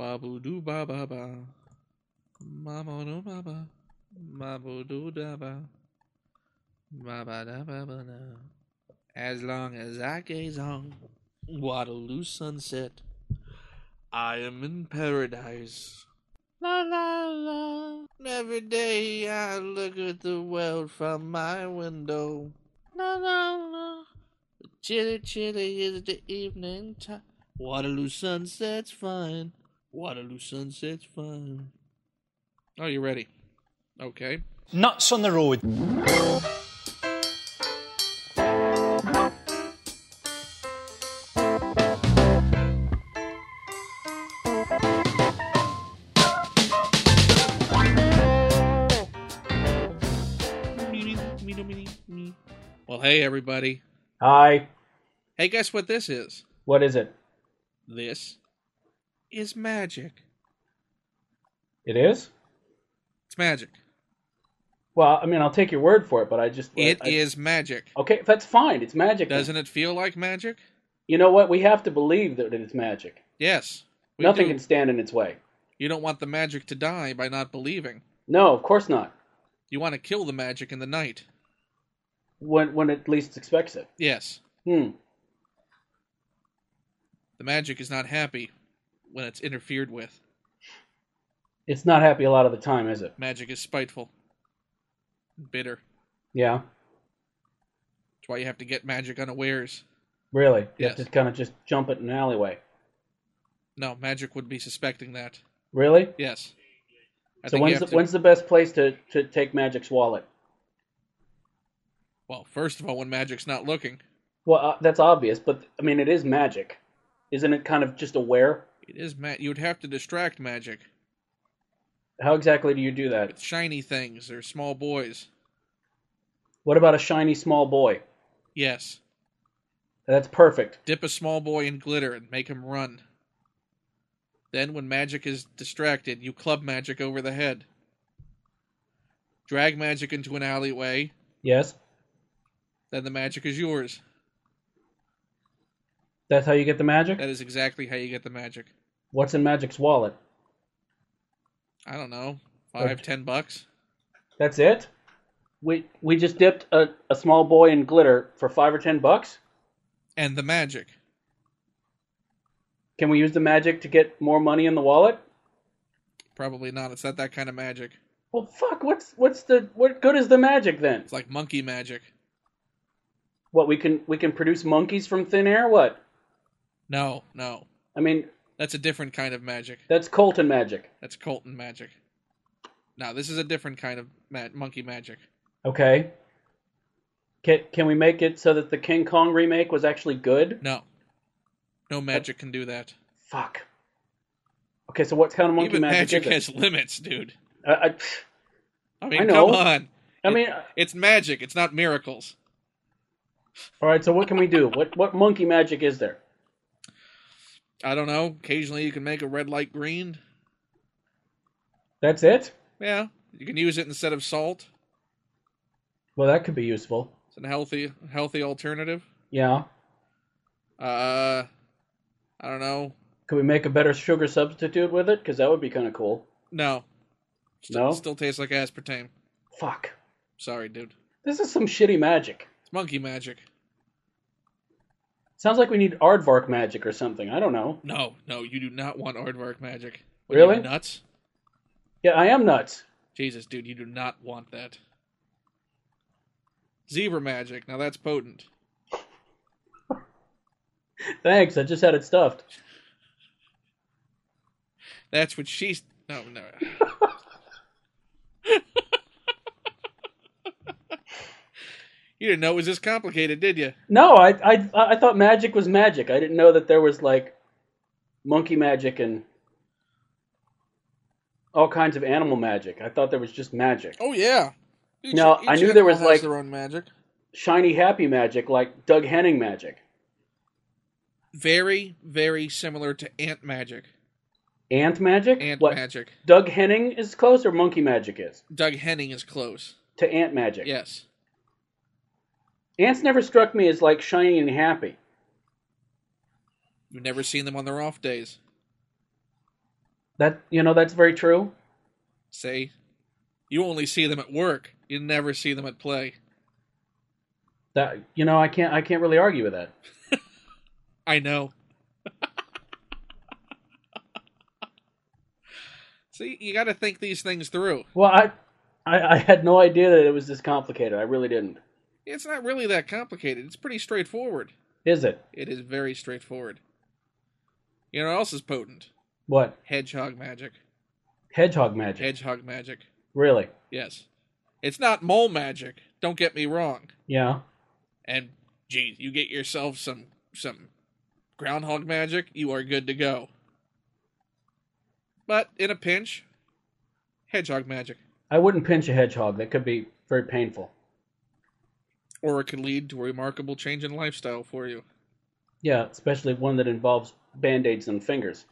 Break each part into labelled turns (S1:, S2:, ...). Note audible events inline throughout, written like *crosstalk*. S1: Babadoo ba ba ba. Mama no mama. Mabadoo da ba. Mama da ba ba da. As long as I gaze on Waterloo sunset, I am in paradise. La la la. Every day I look at the world from my window. La la la. Chilly, chilly is the evening time. Waterloo sunset's fine. Waterloo sunset's fine. Are you ready? Okay.
S2: Nuts on the road.
S1: Well, hey, everybody.
S2: Hi.
S1: Hey, guess what this is?
S2: What is it?
S1: This is magic.
S2: It is?
S1: It's magic.
S2: Well, I mean, I'll take your word for it, but I just.
S1: It
S2: I-
S1: is magic.
S2: Okay, that's fine. It's magic. then.
S1: Doesn't it feel like magic?
S2: You know what? We have to believe that it is magic.
S1: Yes. We
S2: Nothing
S1: do.
S2: can stand in its way.
S1: You don't want the magic to die by not believing.
S2: No, of course not.
S1: You want to kill the magic in the night.
S2: When when it least expects it.
S1: Yes.
S2: Hmm.
S1: The magic is not happy when it's interfered with.
S2: It's not happy a lot of the time, is it?
S1: Magic is spiteful, bitter.
S2: Yeah.
S1: That's why you have to get magic unawares.
S2: Really. You
S1: Yes.
S2: have to kind of just jump it in an alleyway.
S1: No, magic would be suspecting that.
S2: Really?
S1: Yes. I
S2: so
S1: think you
S2: when's
S1: have
S2: the,
S1: to-
S2: when's the best place to, to take magic's wallet?
S1: well, first of all, when magic's not looking,
S2: Well, uh, that's obvious, but I mean, it is magic, isn't it? Kind of just aware.
S1: it is ma- you would have to distract magic
S2: How exactly do you do that?
S1: with shiny things or small boys.
S2: What about a shiny small boy?
S1: Yes.
S2: That's perfect.
S1: Dip a small boy in glitter and make him run. Then, when magic is distracted, you club magic over the head. Drag magic into an alleyway,
S2: Yes,
S1: then the magic is yours.
S2: that's how you get the magic.
S1: That is exactly how you get the magic.
S2: What's in magic's wallet?
S1: I don't know, five,
S2: Or-
S1: ten bucks?
S2: That's it. We we just dipped a, a small boy in glitter for five or ten bucks.
S1: And the magic.
S2: Can we use the magic to get more money in the wallet?
S1: Probably not. It's not that kind of magic.
S2: Well, fuck. What's what's the what good is the magic then?
S1: It's like monkey magic.
S2: What we can we can produce monkeys from thin air? What?
S1: No, no.
S2: I mean,
S1: That's a different kind of magic.
S2: that's Colton magic.
S1: That's Colton magic. No, this is a different kind of ma- monkey magic.
S2: Okay. Can, can we make it so that the King Kong remake was actually good?
S1: No. No magic can do that.
S2: Fuck. Okay, so what kind of monkey
S1: Even
S2: magic,
S1: magic,
S2: is
S1: has limits, dude.
S2: it? I, I,
S1: I mean,
S2: know.
S1: come on.
S2: I mean,
S1: It's magic. It's not miracles.
S2: all right. So what can we do? What what monkey magic is there?
S1: I don't know. Occasionally, you can make a red light green.
S2: That's it.
S1: Yeah, you can use it instead of salt.
S2: Well, that could be useful.
S1: It's a healthy, healthy alternative.
S2: Yeah.
S1: Uh, I don't know.
S2: Could we make a better sugar substitute with it? Because that would be kind of cool.
S1: No. Still,
S2: No?
S1: Still tastes like aspartame.
S2: Fuck.
S1: Sorry, dude.
S2: This is some shitty magic.
S1: It's monkey magic.
S2: Sounds like we need aardvark magic or something. I don't know.
S1: No, no, you do not want aardvark magic. What,
S2: Really?
S1: Are you nuts?
S2: Yeah, I am nuts.
S1: Jesus, dude, you do not want that. Zebra magic. Now that's potent.
S2: Thanks. I just had it stuffed.
S1: That's what she's. No,
S2: *laughs*
S1: no. you didn't know it was this complicated, did you?
S2: No, I, I I thought magic was magic. I didn't know that there was like monkey magic and all kinds of animal magic. I thought there was just magic.
S1: Oh yeah. Each-
S2: No,
S1: each
S2: I knew
S1: animal
S2: there was,
S1: has
S2: like-
S1: their own magic.
S2: Shiny happy magic like Doug Henning magic.
S1: Very, very similar to ant magic.
S2: Ant magic?
S1: Ant
S2: what
S1: magic.
S2: Doug Henning is close or monkey magic is?
S1: Doug Henning is close.
S2: To ant magic.
S1: Yes.
S2: Ants never struck me as like shiny and happy.
S1: You've never seen them on their off days.
S2: That you know that's very true.
S1: See? You only see them at work. You never see them at play.
S2: That you know I can't I can't really argue with that.
S1: I know. *laughs* See, you got to think these things through.
S2: Well, I, I I had no idea that it was this complicated. I really didn't.
S1: It's not really that complicated. It's pretty straightforward.
S2: Is it?
S1: It is very straightforward. You know what else is potent?
S2: What?
S1: Hedgehog magic.
S2: Hedgehog magic.
S1: Hedgehog magic.
S2: Really?
S1: Yes. It's not mole magic. Don't get me wrong.
S2: Yeah.
S1: And geez, you get yourself some some groundhog magic, you are good to go. But in a pinch, hedgehog magic,
S2: I wouldn't pinch a hedgehog. That could be very painful.
S1: or it could lead to a remarkable change in lifestyle for you
S2: Yeah, especially one that involves band-aids and fingers.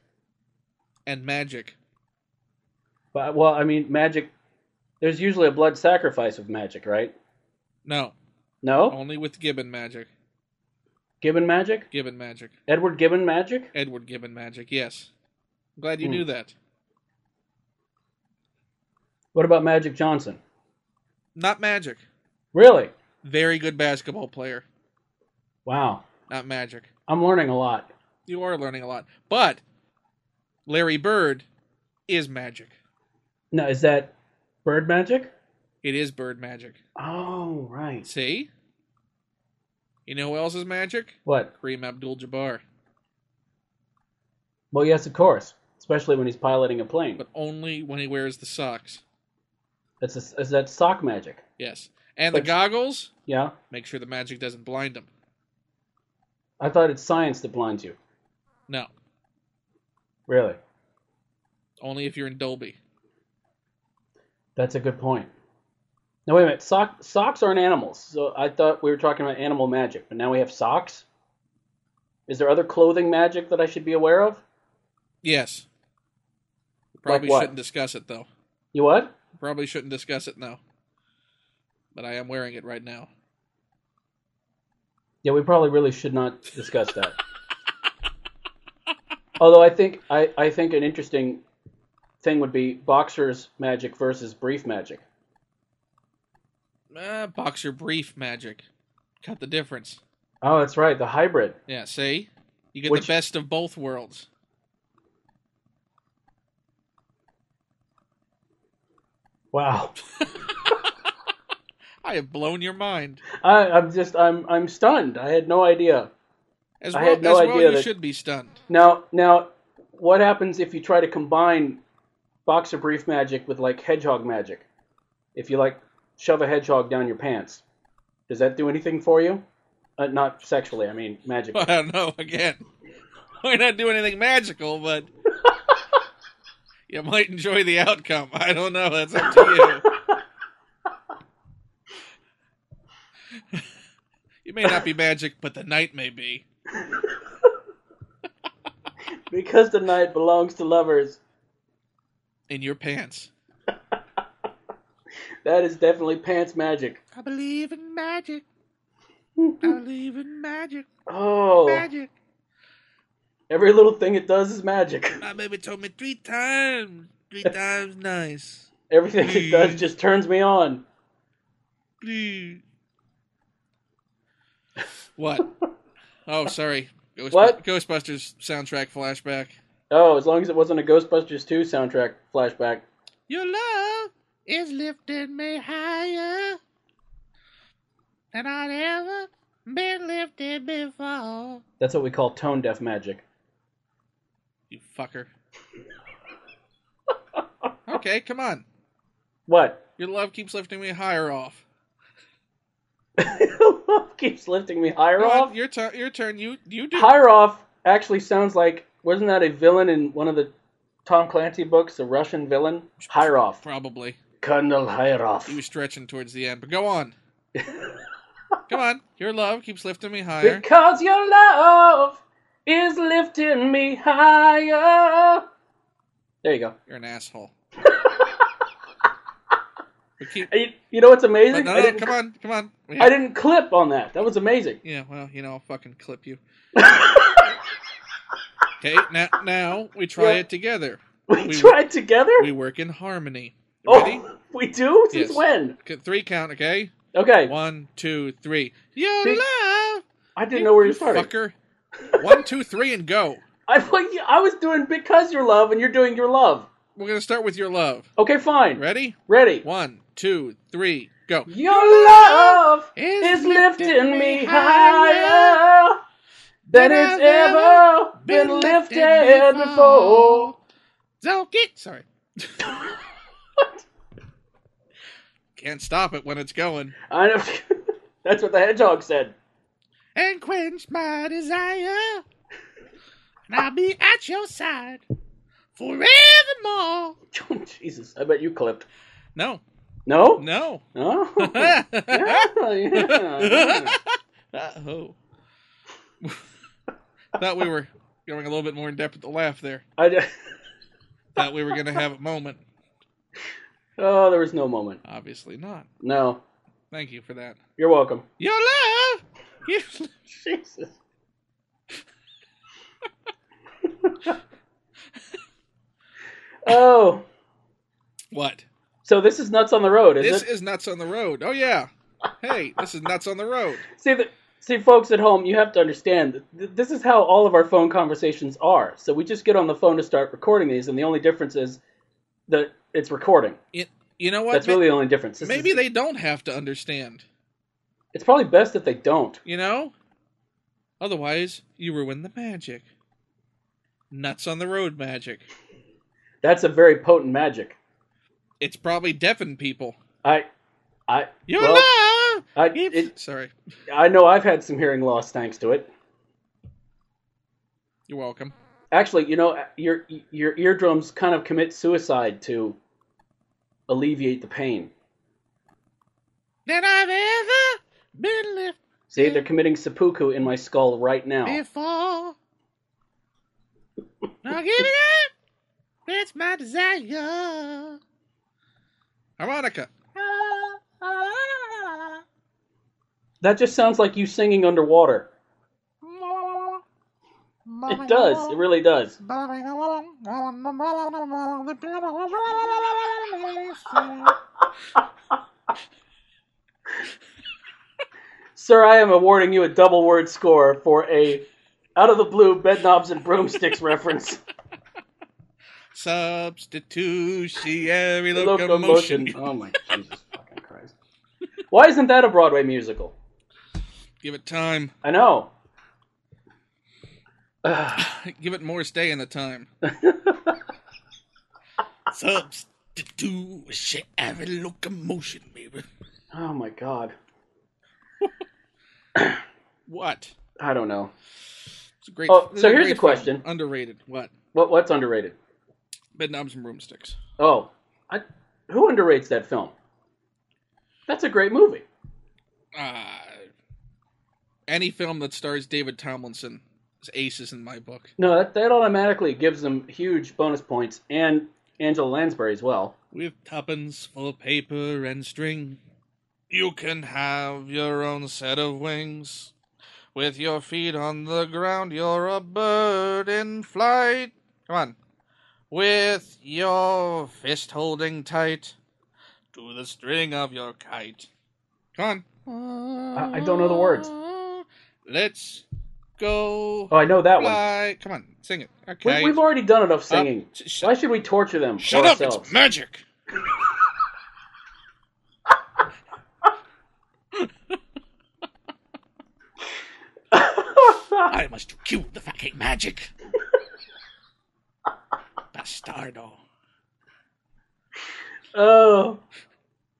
S1: and magic.
S2: But well, I mean, magic. There's usually a blood sacrifice with magic, right?
S1: No,
S2: No,
S1: only with Gibbon magic.
S2: Gibbon magic.
S1: Gibbon magic.
S2: Edward Gibbon magic.
S1: Edward Gibbon magic. Yes. I'm glad you
S2: Hmm.
S1: knew that.
S2: What about Magic Johnson?
S1: Not magic.
S2: Really?
S1: Very good basketball player.
S2: Wow.
S1: Not magic.
S2: I'm learning a lot.
S1: You are learning a lot. But Larry Bird is magic.
S2: Now, is that bird magic?
S1: It is bird magic.
S2: Oh, right.
S1: See? You know who else is magic?
S2: What?
S1: Kareem Abdul Jabbar.
S2: Well, yes, of course. Especially when he's piloting a plane.
S1: But only when he wears the socks.
S2: That's a, is that sock magic?
S1: Yes. And the
S2: But-
S1: goggles?
S2: Yeah.
S1: Make sure the magic doesn't blind him.
S2: I thought it's science that blinds you.
S1: No.
S2: Really?
S1: Only if you're in Dolby.
S2: That's a good point. Now wait a minute. Sock, socks aren't animals. So I thought we were talking about animal magic, but now we have socks. Is there other clothing magic that I should be aware of?
S1: Yes. Probably
S2: what?
S1: shouldn't discuss it though.
S2: You what?
S1: Probably shouldn't discuss it now. But I am wearing it right now.
S2: Yeah, we probably really should not discuss that. Although I think I, I think an interesting thing would be boxers magic versus brief magic.
S1: Ah, boxer brief magic. Cut the difference.
S2: Oh, that's right, the hybrid.
S1: Yeah, see? You get
S2: Which-
S1: the best of both worlds.
S2: *laughs* Wow.
S1: I have blown your mind.
S2: I, I'm just I'm I'm stunned. I had no idea.
S1: As
S2: I
S1: well,
S2: had no
S1: as well
S2: idea
S1: you
S2: that-
S1: should be stunned.
S2: Now now what happens if you try to combine boxer brief magic with like hedgehog magic? If you like shove a hedgehog down your pants. Does that do anything for you? Uh, not sexually, I mean
S1: *laughs*
S2: magic.
S1: I don't know, again. *laughs* Might not do anything magical, but you might enjoy the outcome. I don't know. That's up to you. you *laughs* may not be magic, but the night may be.
S2: Because the night belongs to lovers.
S1: In your pants.
S2: That is definitely pants magic.
S1: I believe in magic. I believe in magic.
S2: Oh,
S1: Magic.
S2: every little thing it does is magic. *laughs*
S1: My baby told me three times. Three times nice.
S2: Everything it does just turns me on.
S1: Please. What?
S2: *laughs*
S1: Oh, sorry. Ghost-
S2: What?
S1: Ghostbusters soundtrack flashback.
S2: Oh, as long as it wasn't a Ghostbusters 2 soundtrack flashback.
S1: Your love is lifting me higher than I'd ever been lifted before.
S2: That's what we call tone deaf magic.
S1: You fucker.
S2: *laughs*
S1: okay, come on.
S2: What? *laughs*
S1: Your love keeps lifting me higher off.
S2: Love keeps lifting me higher
S1: Go on,
S2: off.
S1: your turn. Your turn. You you do.
S2: Higher off actually sounds like wasn't that a villain in one of the Tom Clancy books, the Russian villain? Higher off.
S1: Probably.
S2: Colonel Higher off.
S1: You were stretching towards the end, but go
S2: *laughs*
S1: on. Come on. Your love keeps lifting me higher.
S2: Because your love is lifting me higher. There you go.
S1: You're an
S2: *laughs*
S1: asshole. But keep,
S2: You, you know what's
S1: but
S2: amazing?
S1: no,
S2: I,
S1: no,
S2: didn't,
S1: come on, come on. We
S2: I
S1: have-
S2: didn't clip on that. That was amazing. *laughs*
S1: yeah, well, you know, I'll fucking clip you. okay, now now we try
S2: Yeah.
S1: it together.
S2: We,
S1: We-
S2: tried together?
S1: We work in harmony. Ready?
S2: oh, *laughs* we do? Since
S1: Yes.
S2: when?
S1: C- Three count, okay?
S2: Okay.
S1: One, two, three. Yo, la!
S2: I didn't know where you started.
S1: Fucker. One, two, three, and go.
S2: I, thought you- I was doing because your love and you're doing your love.
S1: We're gonna start with your love.
S2: Okay, fine.
S1: Ready?
S2: Ready.
S1: One, two, three, go.
S2: Your love
S1: It's
S2: is lifting me higher than it's ever been lifted before.
S1: Don't get
S2: *laughs*
S1: sorry. Can't stop it when it's going.
S2: I know. *laughs* That's what the hedgehog said. *laughs*
S1: And quench my desire. And I'll be at your side forevermore.
S2: Jesus, I bet you clipped.
S1: No,
S2: No? *laughs*
S1: no.
S2: No.
S1: *laughs*
S2: yeah,
S1: oh.
S2: yeah.
S1: Thought we were going a little bit more in depth with the laugh there.
S2: I d-
S1: Thought we were going to have a moment.
S2: *laughs* oh, there was no moment.
S1: Obviously not.
S2: No.
S1: Thank you for that.
S2: You're welcome.
S1: Your love. You...
S2: Jesus. *laughs* oh,
S1: *laughs* What?
S2: so this is nuts on the road, is
S1: this
S2: it?
S1: is nuts on the road. Oh yeah. Hey, this is nuts on the road.
S2: See, the, see, folks at home, you have to understand. that th- This is how all of our phone conversations are. So we just get on the phone to start recording these, and the only difference is that it's recording.
S1: You know what?
S2: That's really the only difference. This
S1: Maybe
S2: is-
S1: they don't have to understand.
S2: It's probably best that they don't.
S1: You know? Otherwise, you ruin the magic. Nuts on the road magic.
S2: That's a very potent magic.
S1: It's probably deafen people.
S2: I, I,
S1: Your
S2: Well,
S1: love.
S2: I,
S1: If-
S2: it,
S1: Sorry.
S2: I know I've had some hearing loss thanks to it.
S1: You're welcome.
S2: Actually, you know, your your eardrums kind of commit suicide to alleviate the pain.
S1: That I've ever been left
S2: See,
S1: Mm.
S2: they're committing seppuku in my skull right now.
S1: before. Now give it up. That's my desire. Harmonica.
S2: That just sounds like you singing underwater. It does. It really does. Sir, I am awarding you a double word score for a out of the blue bed knobs and broomsticks reference.
S1: Substitutionary
S2: Locomotion.
S1: locomotion.
S2: Oh my Jesus fucking Christ. Why isn't that a Broadway musical?
S1: Give it time.
S2: I know.
S1: Give it more stay in the
S2: *laughs*
S1: time. Substitutionary locomotion, baby.
S2: Oh my god.
S1: What?
S2: I don't know.
S1: It's a great.
S2: Oh,
S1: this
S2: so
S1: is
S2: here's
S1: great
S2: a question.
S1: film. Underrated. What?
S2: What what's underrated?
S1: Bed knobs and broomsticks.
S2: Oh, I, who underrates that film? That's a great movie.
S1: Uh, any film that stars David Tomlinson is aces in my book.
S2: No, that, that automatically gives them huge bonus points and Angela Lansbury as well.
S1: With tuppence for paper and string, you can have your own set of wings. With your feet on the ground, you're a bird in flight. Come on. With your fist holding tight to the string of your kite. Come on.
S2: I- I don't know the words.
S1: Let's go
S2: Oh, I know that one.
S1: fly. Come on, sing it. Uh,
S2: We,
S1: Okay.
S2: we've already done enough singing.
S1: Up- sh- sh-
S2: Why should we torture them
S1: Shut
S2: for
S1: up,
S2: ourselves?
S1: it's magic. I must kill the fucking magic. Bastardo.
S2: oh.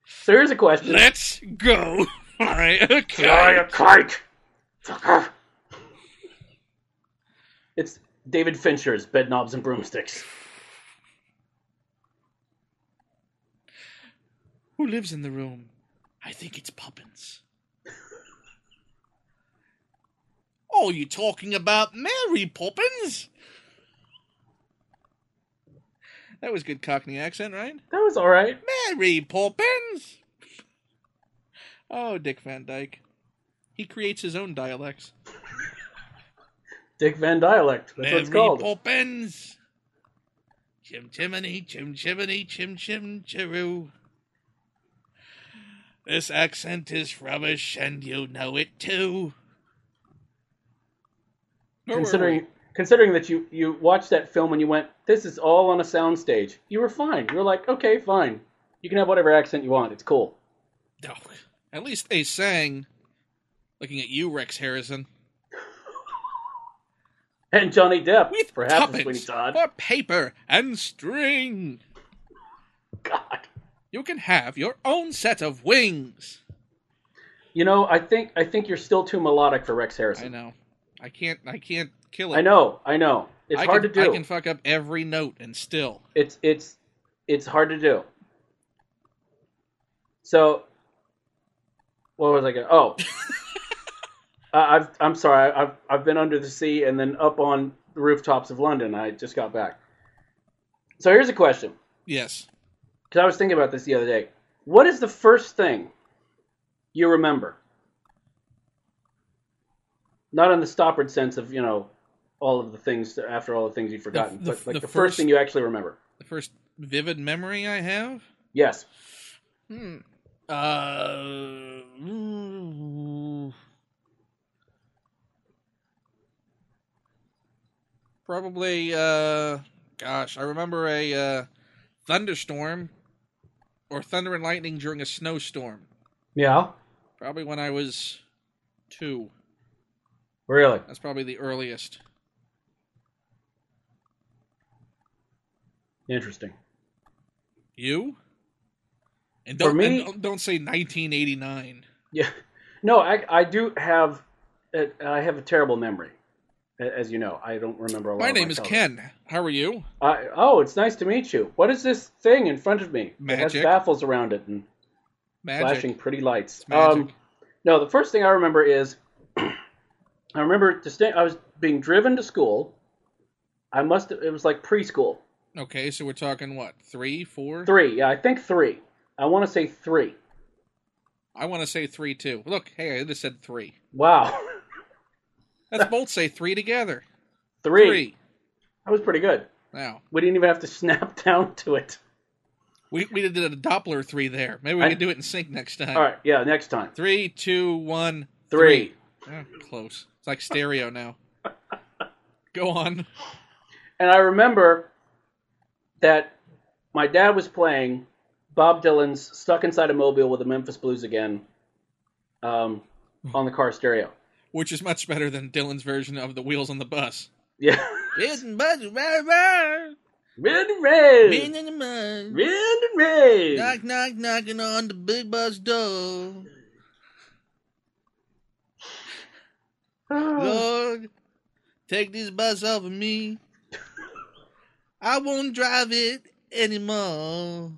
S2: So here's a question.
S1: Let's go. *laughs* Alright,
S2: Fly
S1: okay.
S2: a kite. Fucker. It's David Fincher's Bed Knobs and Broomsticks.
S1: Who lives in the room? I think it's Poppins. *laughs* oh, you talking about Mary Poppins? That was good Cockney accent, right?
S2: That was all right.
S1: Mary Poppins. Oh, Dick Van Dyke. He creates his own dialects.
S2: Dick Van Dialect. That's what it's
S1: Mary
S2: called.
S1: Poppins. Chim chimney, chim chimney, chim chim chiroo. This accent is rubbish, and you know it too. Where were
S2: Considering considering that you you watched that film and you went, this is all on a soundstage. You were fine. You were like, okay, fine. You can have whatever accent you want. It's cool.
S1: we? No. At least they sang. Looking at you, Rex Harrison.
S2: And Johnny Depp,
S1: With
S2: perhaps
S1: tuppence
S2: Sweeney Todd.
S1: for paper and string.
S2: God.
S1: You can have your own set of wings.
S2: You know, I think I think you're still too melodic for Rex Harrison.
S1: I know. I can't. I can't kill it.
S2: I know, I know. It's
S1: I
S2: hard
S1: can,
S2: to do.
S1: I can fuck up every note and still.
S2: It's it's it's hard to do. So, what was I going? to
S1: *laughs*
S2: Oh, I I've, I'm sorry. I- I've I've been under the sea and then up on the rooftops of London. I just got back. So here's a question
S1: Yes.
S2: because I was thinking about this the other day. What is the first thing you remember? Not in the stoppered sense of you know all of the things after all the things you've forgotten,
S1: the-
S2: but like
S1: the
S2: the, first
S1: first-
S2: thing you actually remember.
S1: The first vivid memory I have.
S2: Yes.
S1: Hmm. Uh. ooh. Probably. Uh. Gosh, I remember a uh, thunderstorm, or thunder and lightning during a snowstorm.
S2: Yeah.
S1: Probably when I was two.
S2: Really?
S1: That's probably the earliest.
S2: Interesting.
S1: You? And
S2: For
S1: don't,
S2: me-
S1: and don't- don't say 1989.
S2: Yeah. No, I I do have uh, I have a terrible memory, a- as you know. I don't remember a lot.
S1: My
S2: of
S1: name is
S2: colors.
S1: Ken. How are you?
S2: I, oh, it's nice to meet you. What is this thing in front of me? It
S1: Magic.
S2: has baffles around it and
S1: Magic.
S2: flashing pretty lights.
S1: It's magic.
S2: Um, no, the first thing I remember is *clears throat* I remember distinct. I was being driven to school. I must. It was like preschool.
S1: okay, so we're talking what? Three, four?
S2: Three. Yeah, I think three. I want to say three.
S1: I want to say three, too. Look, hey, I just said three.
S2: Wow. *laughs*
S1: Let's both say three together.
S2: three.
S1: Three.
S2: That was pretty good.
S1: Now,
S2: We didn't even have to *laughs* snap down to it.
S1: we, we did a Doppler three there. Maybe we
S2: I-
S1: can do it in sync next time.
S2: All right, yeah, next time.
S1: Three, two, one,
S2: Three.
S1: three. Eh, close. It's like stereo
S2: *laughs*
S1: now. Go on.
S2: And I remember that my dad was playing Bob Dylan's "Stuck Inside a Mobile with the Memphis Blues" again um, on the car stereo. *laughs*
S1: Which is much better than Dylan's version of The Wheels on the Bus.
S2: Yeah, *laughs*
S1: Red and buzz, buzz, buzz.
S2: red and red,
S1: Red and buzz.
S2: red and red.
S1: Knock, knock, knocking on the big bus door.
S2: Ah.
S1: Lord, take this bus off of me. I won't drive it anymore.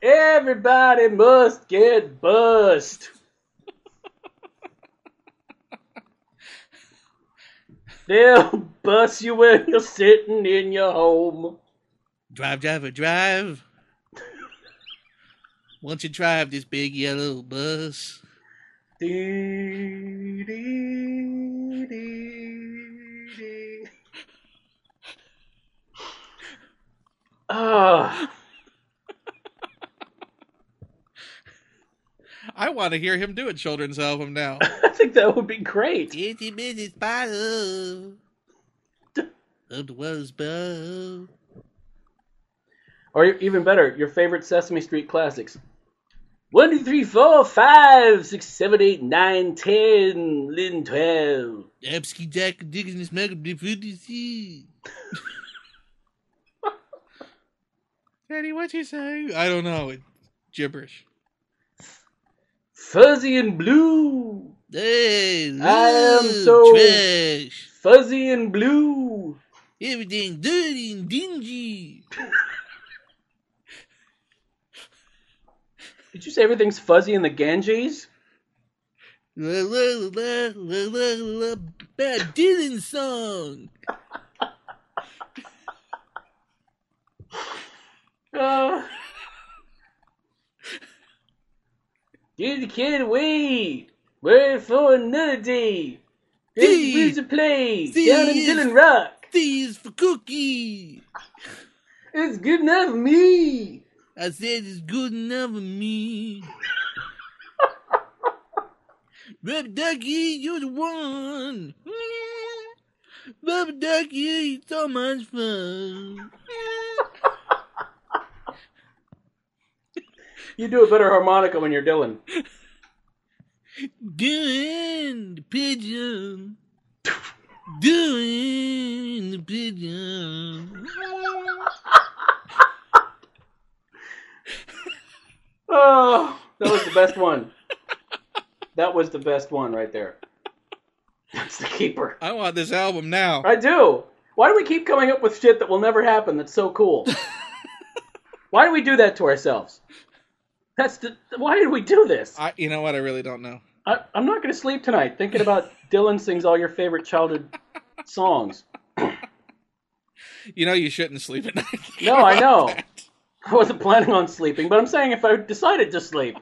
S2: Everybody must get bussed. They'll bust you when you're sitting in your home.
S1: Drive, driver, drive. Won't you drive this big yellow bus?
S2: Dee, dee, dee, dee. Ah, *laughs*
S1: I want to hear him do a children's album now.
S2: I think that would be great.
S1: *laughs* Itty bitty spider. It was bug.
S2: Or even better, your favorite Sesame Street classics. One, two, three, four, five, six, seven, eight, nine, ten, eleven, twelve.
S1: Absky Jack Dickens Mega Deputy. Daddy, what you say? I don't know. It's gibberish.
S2: Fuzzy and blue.
S1: Hey,
S2: I am
S1: look,
S2: so-
S1: trash.
S2: Fuzzy and blue.
S1: Everything dirty and dingy.
S2: Did you say everything's fuzzy in the Ganges?
S1: La la la la la la. la, Bad Dylan song.
S2: Uh, *laughs* Give the kid weed. Wait for another day. This
S1: D.
S2: is a play
S1: D
S2: down in
S1: is-
S2: Dylan Rock.
S1: These
S3: cookie.
S2: It's good enough for me.
S3: I said it's good enough for me. Rub Ducky, you're the one. *laughs* Rub Ducky, it's so much fun.
S2: You do a better harmonica when you're Dylan.
S3: Doing the pigeon. Doing the pigeon.
S2: Oh, that was the best one. That was the best one right there. That's the keeper.
S3: I want this album now.
S2: I do. Why do we keep coming up with shit that will never happen that's so cool? why do we do that to ourselves? That's the, why did we do this?
S3: I, you know what? I really don't know.
S2: I, I'm not going to sleep tonight thinking about Dylan sings all your favorite childhood songs.
S3: You know you shouldn't sleep at night. *laughs* thinking
S2: No, I
S3: about
S2: know.
S3: that.
S2: I wasn't planning on sleeping, but I'm saying if I decided to sleep,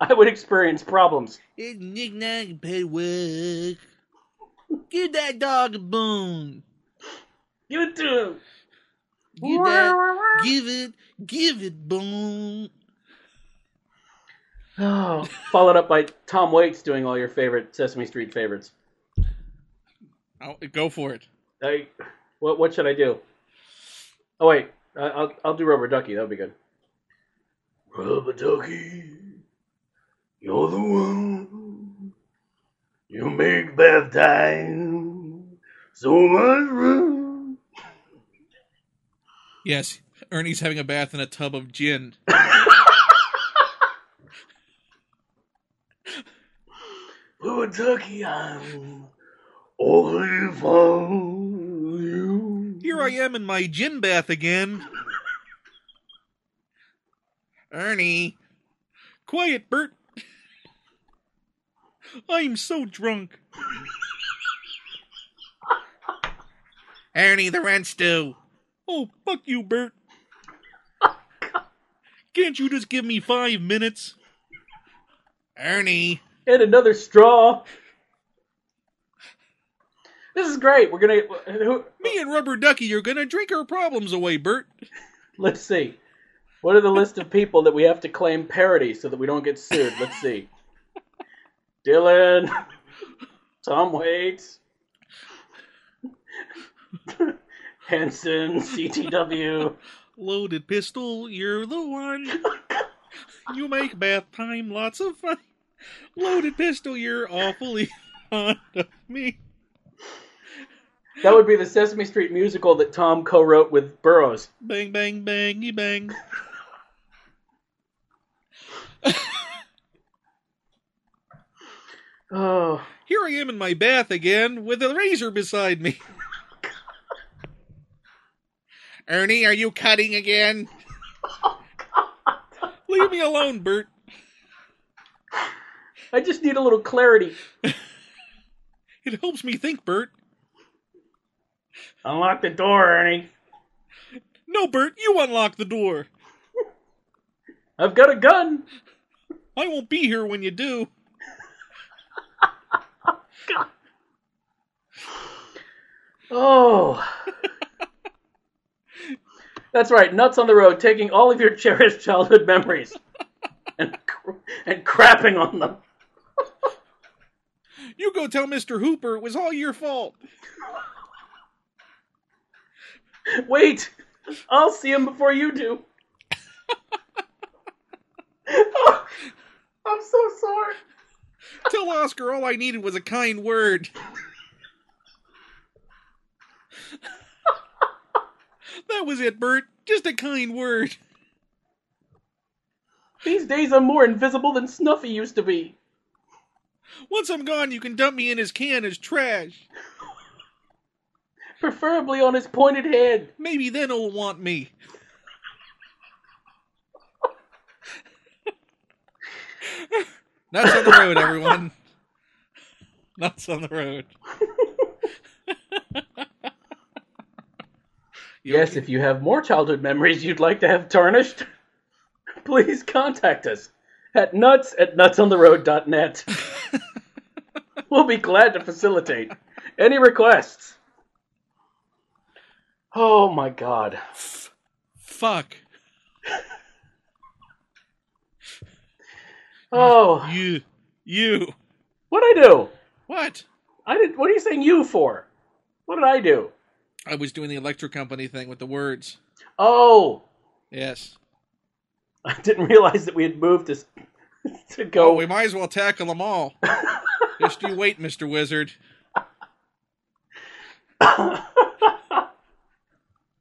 S2: I would experience problems.
S3: It's knick-knack paperwork. Give that dog a bone.
S2: You too.
S3: Give that, give it, give it bone.
S2: Oh, followed up by Tom Waits doing all your favorite Sesame Street favorites.
S3: I'll, go for it.
S2: I, what what should I do? Oh wait, I, I'll I'll do Rubber Ducky. That'll be good. Rubber Ducky, you're the one. You make bath time so much room.
S3: Yes, Ernie's having a bath in a tub of gin.
S2: Rubber Ducky, I'm awfully fond of you.
S3: Here I am in my gin bath again. Ernie. Quiet, Bert. I'm so drunk. Ernie, the rent's due. Oh, fuck you, Bert. Can't you just give me five minutes? Ernie.
S2: and another straw. This is great. We're gonna who,
S3: Me and Rubber Ducky are gonna drink our problems away, Bert.
S2: let's see. What are the list of people that we have to claim parody so that we don't get sued? Let's see. Dylan, Tom Waits, Henson, CTW.
S3: Loaded pistol, you're the one. you make bath time lots of fun. Loaded pistol, you're awfully *laughs* fond of me.
S2: That would be the Sesame Street musical that Tom co-wrote with Burroughs.
S3: Bang, bang, bangy, bang.
S2: Oh,
S3: Here I am in my bath again with a razor beside me. Ernie, are you cutting again? Leave me alone, Bert.
S2: I just need a little clarity.
S3: It helps me think, Bert.
S2: Unlock the door, Ernie.
S3: No, Bert, you unlock the door.
S2: I've got a gun.
S3: I won't be here when you do.
S2: Oh. That's right, Nuts on the Road, taking all of your cherished childhood memories and, cr- and crapping on them.
S3: You go tell Mr. Hooper it was all your fault.
S2: Wait, I'll see him before you do. *laughs* Oh, I'm so sorry.
S3: Tell Oscar all I needed was a kind word. that was it, Bert. Just a kind word.
S2: These days I'm more invisible than Snuffy used to be.
S3: Once I'm gone, you can dump me in his can as trash.
S2: Preferably on his pointed head.
S3: Maybe then he'll want me. Nuts on the road, everyone. Nuts on the road. You
S2: Yes,
S3: okay?
S2: if you have more childhood memories you'd like to have tarnished, *laughs* please contact us at nuts at nutsontheroad.net. we'll be glad to facilitate any requests. Oh my god.
S3: F- fuck.
S2: Oh,
S3: You. You.
S2: what'd I do?
S3: What?
S2: I did. What are you saying you for? What did I do?
S3: I was doing the electro company thing with the words.
S2: Oh, *laughs*
S3: Yes.
S2: I didn't realize that we had moved to s- *laughs* to
S3: Oh,
S2: go.
S3: we might as well tackle them all. Just you wait, Mr. Wizard. Got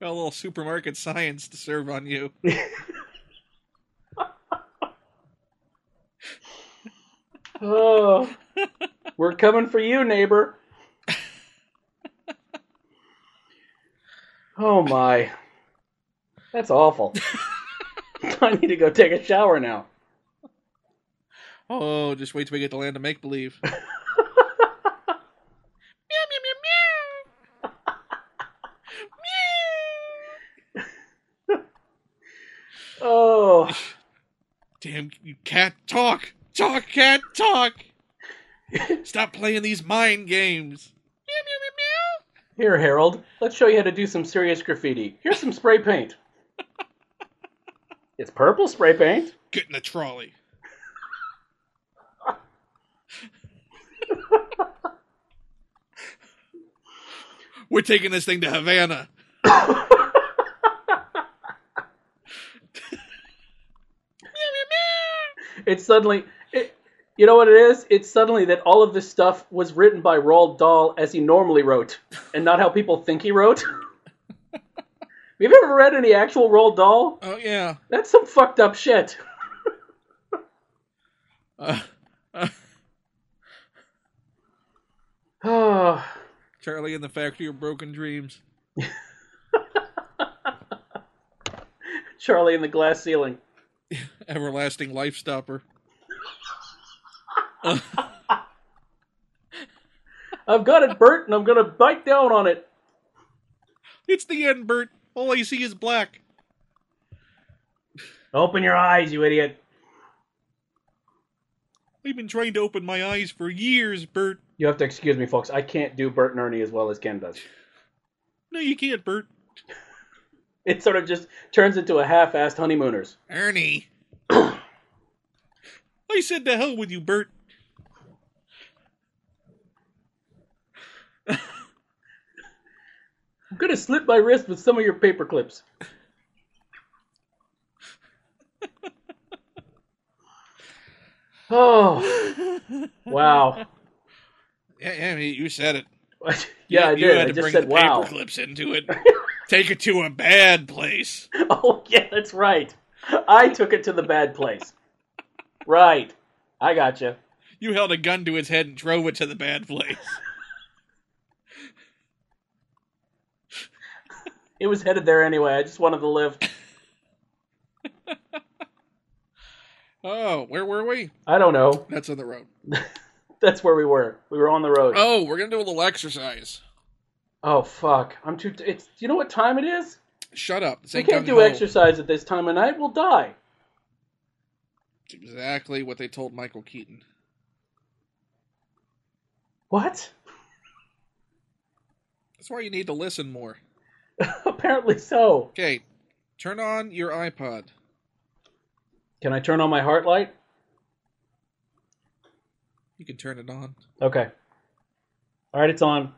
S3: a little supermarket science to serve on you.
S2: oh, we're coming for you, neighbor. Oh my, that's awful. *laughs* I need to go take a shower now.
S3: Oh, just wait till we get to land of make believe. meow, meow, meow,
S2: Oh,
S3: meow. Damn, you can't talk. Talk, can't talk. Stop playing these mind games. Meow, meow, meow, meow.
S2: here, Harold. Let's show you how to do some serious graffiti. Here's some spray paint. It's purple spray paint.
S3: Get in the trolley. We're taking this thing to Havana.
S2: It's suddenly, it, you know what it is? It's suddenly that all of this stuff was written by Roald Dahl as he normally wrote, and not how people think he *laughs* wrote. Have you ever read any actual Roald Dahl?
S3: Oh yeah.
S2: That's some fucked up shit. *sighs*
S3: Uh, uh,
S2: Oh,
S3: Charlie and the Factory of Broken Dreams.
S2: Charlie and the Glass Ceiling.
S3: Everlasting Life Stopper.
S2: I've got it, Bert, and I'm gonna bite down on it.
S3: It's the end, Bert. All I see is black.
S2: Open your eyes, you idiot.
S3: I've been trying to open my eyes for years, Bert.
S2: You have to excuse me, folks. I can't do Bert and Ernie as well as Ken does.
S3: No, you can't, Bert.
S2: It sort of just turns into a half-assed honeymooners.
S3: *clears throat* Ernie. I said to hell with you, Bert.
S2: I'm gonna slit my wrist with some of your paper clips. oh wow! *laughs*
S3: Yeah, yeah, you said it.
S2: yeah, I
S3: you,
S2: did.
S3: had
S2: I
S3: to
S2: just
S3: bring
S2: said
S3: the
S2: wow.
S3: paper clips into it. Take it to a bad place.
S2: *laughs* Oh yeah, that's right. I took it to the bad place. right, I got gotcha.
S3: You held a gun to his head and drove it to the bad place.
S2: It was headed there anyway. I just wanted to live.
S3: *laughs* Oh, where were we?
S2: I don't know.
S3: That's on the road.
S2: That's where we were. We were on the road.
S3: Oh, we're gonna do a little exercise.
S2: Oh fuck! I'm too. T- it's. You know what time it is?
S3: Shut up.
S2: We
S3: Same
S2: can't
S3: time
S2: do
S3: no.
S2: exercise at this time of night. We'll die.
S3: It's exactly what they told Michael Keaton.
S2: What?
S3: That's why you need to listen more.
S2: *laughs* Apparently so.
S3: Okay, turn on your iPod.
S2: Can I turn on my heart light?
S3: You can turn it on.
S2: Okay. All right, it's on.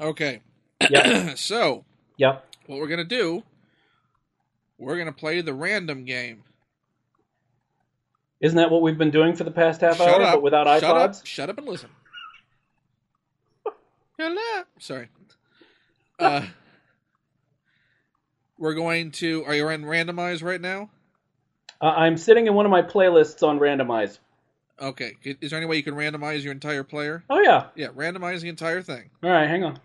S3: Okay. *clears throat* *coughs*
S2: Yep.
S3: so,
S2: Yep.
S3: what we're gonna do? We're gonna play the random game.
S2: Isn't that what we've been doing for the past half
S3: Shut
S2: hour,
S3: up.
S2: but without iPods?
S3: Shut up. Shut up and listen. Shut up. Sorry. Uh, we're going to. Are you in randomize right now?
S2: Uh, I'm sitting in one of my playlists on randomize.
S3: Okay. Is there any way you can randomize your entire player?
S2: Oh yeah.
S3: Yeah, randomize the entire thing.
S2: All right, hang on.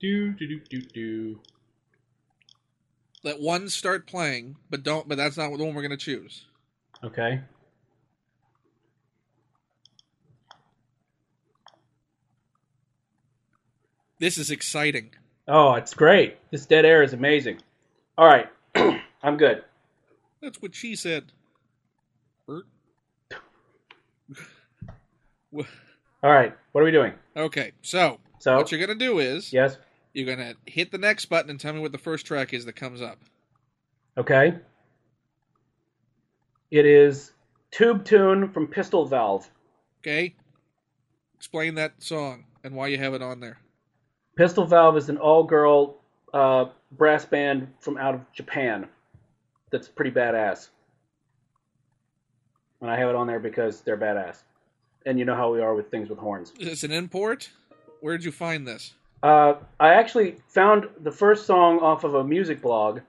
S2: Do do do do do.
S3: Let one start playing, but don't. But that's not the one we're going to choose.
S2: Okay.
S3: This is exciting.
S2: Oh, it's great. This dead air is amazing. All right, *clears throat* I'm good.
S3: That's what she said. Bert. Wha-
S2: All right. What are we doing?
S1: Okay, so
S2: So,
S1: what you're gonna do is
S2: yes.
S1: you're gonna hit the next button and tell me what the first track is that comes up.
S2: Okay. It is Tube Tune from Pistol Valve.
S1: Okay, explain that song and why you have it on there.
S2: Pistol Valve is an all girl uh, brass band from out of Japan that's pretty badass. And I have it on there because they're badass. And you know how we are with things with horns.
S1: Is this an import? Where'd you find this?
S2: Uh, I actually found the first song off of a music blog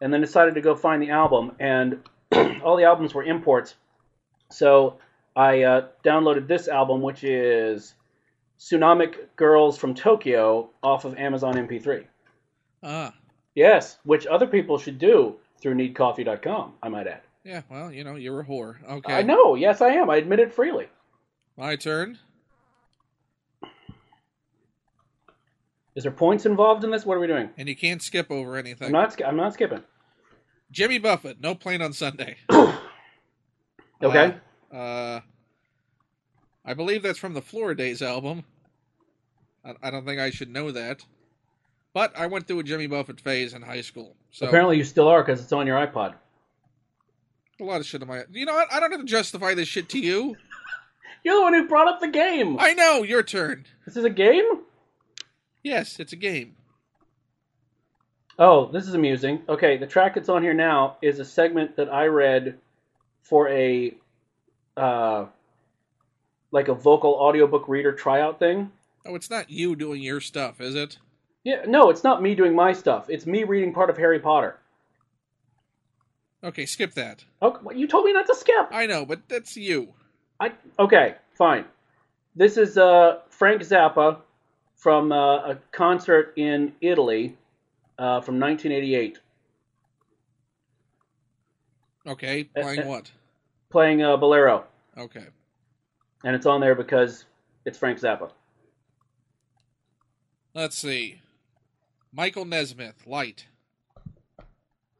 S2: and then decided to go find the album. And *clears throat* all the albums were imports. So I uh, downloaded this album, which is Tsunamic Girls from Tokyo off of Amazon MP3.
S1: Ah,
S2: Yes, which other people should do through needcoffee.com, I might add.
S1: yeah. Well, you know, you're a whore. Okay,
S2: I know, yes, I am. I admit it freely.
S1: My turn.
S2: Is there points involved in this? What are we doing?
S1: And you can't skip over anything.
S2: I'm not, sk- I'm not skipping.
S1: Jimmy Buffett, no plane on Sunday.
S2: Okay.
S1: Uh, uh, I believe that's from the Floridays album. I, I don't think I should know that. But I went through a Jimmy Buffett phase in high school. So
S2: Apparently, you still are because it's on your iPod.
S1: a lot of shit in my. You know what? I don't have to justify this shit to you.
S2: You're the one who brought up the game.
S1: I know, your turn.
S2: This is a game?
S1: Yes, it's a game.
S2: Oh, this is amusing. Okay, the track that's on here now is a segment that I read for a uh like a vocal audiobook reader tryout thing.
S1: Oh, it's not you doing your stuff, is it?
S2: Yeah, no, it's not me doing my stuff. It's me reading part of Harry Potter.
S1: Okay, skip that.
S2: Okay, well, you told me not to skip.
S1: I know, but that's you.
S2: I okay, fine. This is uh, Frank Zappa from uh, a concert in Italy uh, from 1988,
S1: Okay,
S2: Uh,
S1: playing
S2: uh,
S1: what?
S2: playing uh, Bolero,
S1: Okay.
S2: and it's on there because it's Frank Zappa.
S1: Let's see. Michael Nesmith, Light.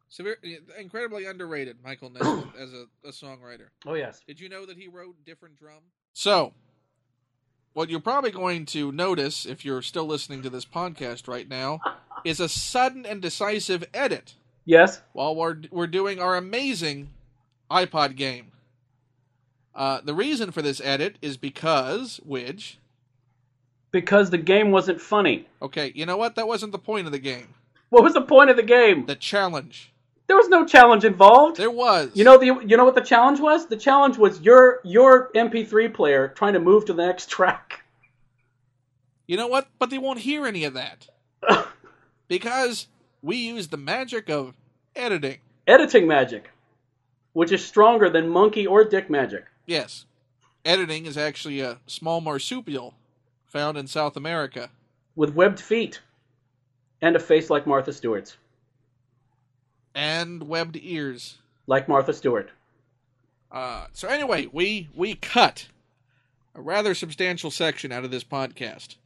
S1: Severe, incredibly underrated, Michael Nesmith as a, a songwriter.
S2: Oh yes.
S1: Did you know that he wrote different drum? So, what you're probably going to notice if you're still listening to this podcast right *laughs* now is a sudden and decisive edit
S2: Yes.
S1: while we're, we're doing our amazing iPod game. Uh, the reason for this edit is because, which,
S2: Because the game wasn't funny.
S1: okay, you know what? That wasn't the point of the game.
S2: What was the point of the game?
S1: The challenge.
S2: There was no challenge involved.
S1: There was.
S2: You know the you know what the challenge was? The challenge was your your MP3 player trying to move to the next *laughs* track.
S1: You know what? But they won't hear any of that. because we use the magic of editing.
S2: Editing magic, which is stronger than monkey or dick magic.
S1: Yes. Editing is actually a small marsupial found in South America.
S2: with webbed feet and a face like Martha Stewart's.
S1: And webbed ears.
S2: Like Martha Stewart.
S1: Uh, so anyway, we we cut a rather substantial section out of this podcast.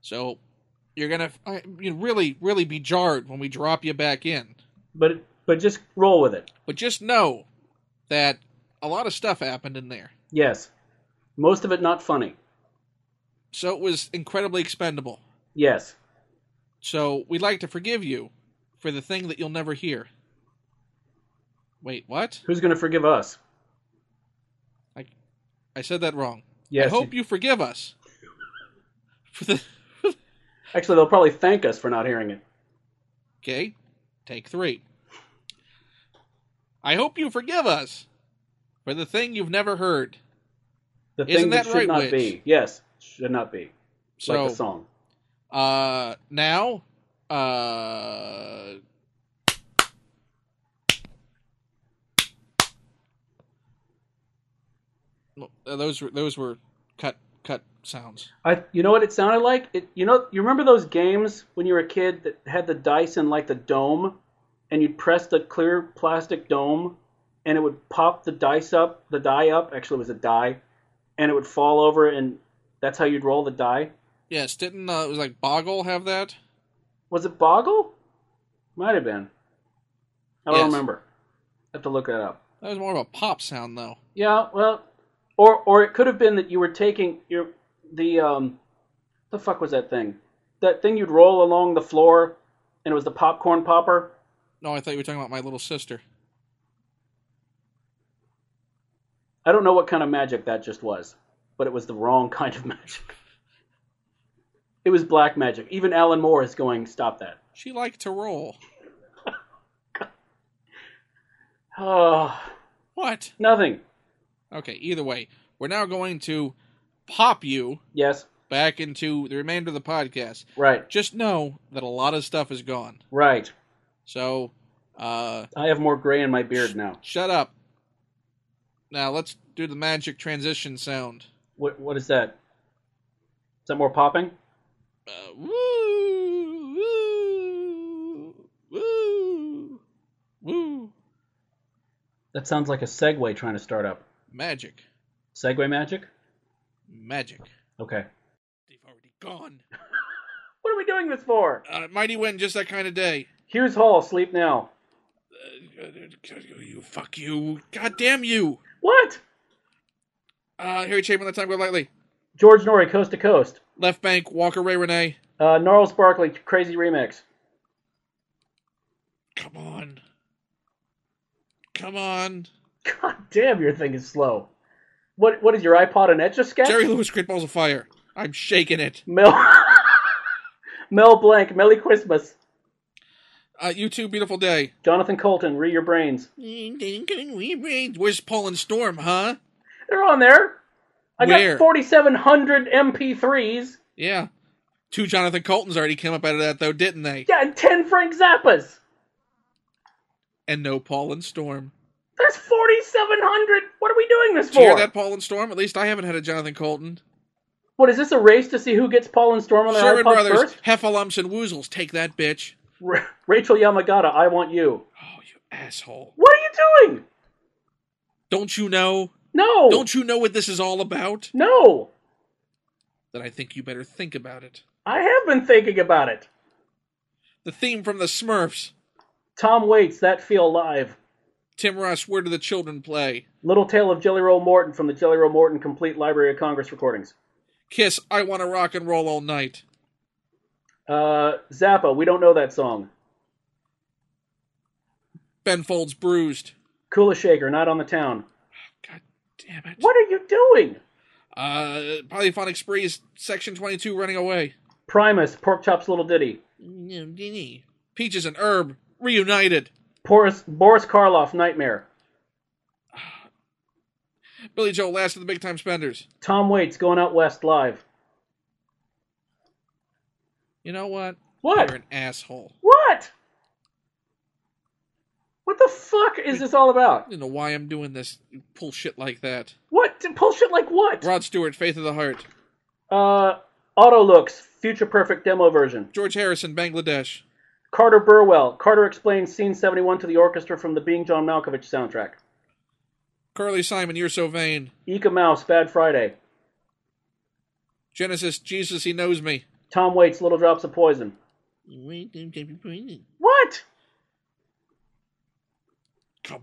S1: So you're gonna uh, you really really be jarred when we drop you back in.
S2: But but just roll with it.
S1: But just know that a lot of stuff happened in there.
S2: Yes. Most of it not funny.
S1: So it was incredibly expendable.
S2: Yes.
S1: So we'd like to forgive you for the thing that you'll never hear. Wait, what?
S2: Who's going to forgive us?
S1: I said that wrong.
S2: Yes.
S1: I hope you forgive us for the.
S2: Actually, they'll probably thank us for not hearing it.
S1: Okay, take three. I hope you forgive us for the thing you've never heard.
S2: The
S1: Isn't
S2: thing
S1: that
S2: should
S1: right,
S2: not
S1: Witch?
S2: be. Yes, should not be.
S1: So
S2: like the song.
S1: uh, now, uh, Well,
S3: uh,
S1: those were those were cut cut sounds.
S2: I you know what it sounded like? It you know you remember those games when you were a kid that had the dice in like the dome and you'd press the clear plastic dome and it would pop the dice up, the die up, actually it was a die, and it would fall over and that's how you'd roll the die.
S1: Yes, didn't uh, it was like Boggle have that?
S2: Was it Boggle? Might have been. I don't
S1: Yes.
S2: remember. I have to look that up.
S1: That was more of a pop sound though.
S2: Yeah, well, or or it could have been that you were taking your the um, the fuck was that thing? That thing you'd roll along the floor, and it was the popcorn popper.
S3: No, I thought you were talking about my little sister.
S2: I don't know what kind of magic that just was, but it was the wrong *laughs* kind of magic. It was black magic. Even Alan Moore is going, stop that.
S3: She liked to roll.
S2: Oh,
S3: What?
S2: nothing.
S3: Okay, either way, we're now going to pop you
S2: Yes,
S3: back into the remainder of the podcast.
S2: right,
S3: Just know that a lot of stuff is gone.
S2: right.
S3: So, uh,
S2: I have more gray in my beard now.
S3: shut up. Now let's do the magic transition sound.
S2: What what is that? Is that more popping?
S3: Uh, woo, woo, woo, woo.
S2: That sounds like a Segway trying to start up.
S3: Magic,
S2: Segway magic?
S3: magic.
S2: Okay.
S3: They've already gone.
S2: What are we doing this for?
S3: Uh, mighty win, just that kind of day.
S2: Here's Hall, sleep now.
S3: Uh, you fuck you. God damn you.
S2: What?
S3: Uh, Harry Chapin, that time go lightly.
S2: George Norrie, coast to coast.
S3: Left bank, Walker Ray Renee.
S2: Uh, Gnarls Barkley, crazy remix. *laughs*
S3: Come on. Come on.
S2: God damn, your thing is slow. What what is your iPod an etch a *laughs* sketch?
S3: Jerry Lewis, Great Balls of Fire. I'm shaking it.
S2: Mel *laughs* Mel Blank, Melly Christmas.
S3: Uh, you two, beautiful day.
S2: Jonathan Colton, Re Your Brains.
S3: Where's Paul and Storm, huh?
S2: They're on there. I
S3: Where?
S2: got 4,700 MP3s.
S3: Yeah. Two Jonathan Coltons already came up out of that, though, didn't they?
S2: Yeah, and 10 Frank Zappas.
S3: And no Paul and Storm.
S2: That's 4,700. What are we doing this
S3: Did you hear
S2: for?
S3: that, Paul and Storm? At least I haven't had a Jonathan Colton.
S2: What is this a race to see who gets Paul and Storm on their
S3: Sherman
S2: iPod
S3: Brothers,
S2: first?
S3: Heffalumps and Woozles. Take that, bitch.
S2: Ra- Rachel Yamagata, I want you.
S3: Oh, you asshole.
S2: What are you doing?
S3: Don't you know?
S2: No.
S3: Don't you know what this is all about?
S2: No.
S3: Then I think you better think about it.
S2: I have been thinking about it.
S3: The theme from the Smurfs.
S2: Tom Waits, That Feel Live.
S3: Tim Russ, Where Do the Children Play?
S2: Little Tale of Jelly Roll Morton from the Jelly Roll Morton Complete Library of Congress recordings.
S3: Kiss, I Want to Rock and Roll All Night.
S2: Uh, Zappa, we don't know that song.
S3: Ben Folds, Bruised.
S2: Kula Shaker, Not on the Town.
S3: God damn it.
S2: What are you doing?
S3: Uh, Polyphonic Sprees, Section 22, Running Away.
S2: Primus, Pork Chop's Little Ditty.
S3: Peaches and Herb, Reunited.
S2: Boris, Boris Karloff, Nightmare.
S3: Billy Joel, Last of the Big Time Spenders.
S2: Tom Waits, Going Out West Live.
S3: You know what?
S2: What?
S3: You're an asshole.
S2: What? What the fuck is this all
S3: I
S2: about?
S3: don't know why I'm doing this bullshit like that.
S2: What? Bullshit like what?
S3: Rod Stewart, Faith of the Heart.
S2: Uh, Auto Looks, Future Perfect demo version.
S3: George Harrison, Bangladesh.
S2: Carter Burwell, Carter explains Scene 71 to the orchestra from the Being John Malkovich soundtrack.
S3: Carly Simon, You're So Vain.
S2: Eka Mouse, Bad Friday.
S3: Genesis, Jesus, He Knows Me.
S2: Tom Waits, Little Drops of Poison.
S3: Come
S2: What?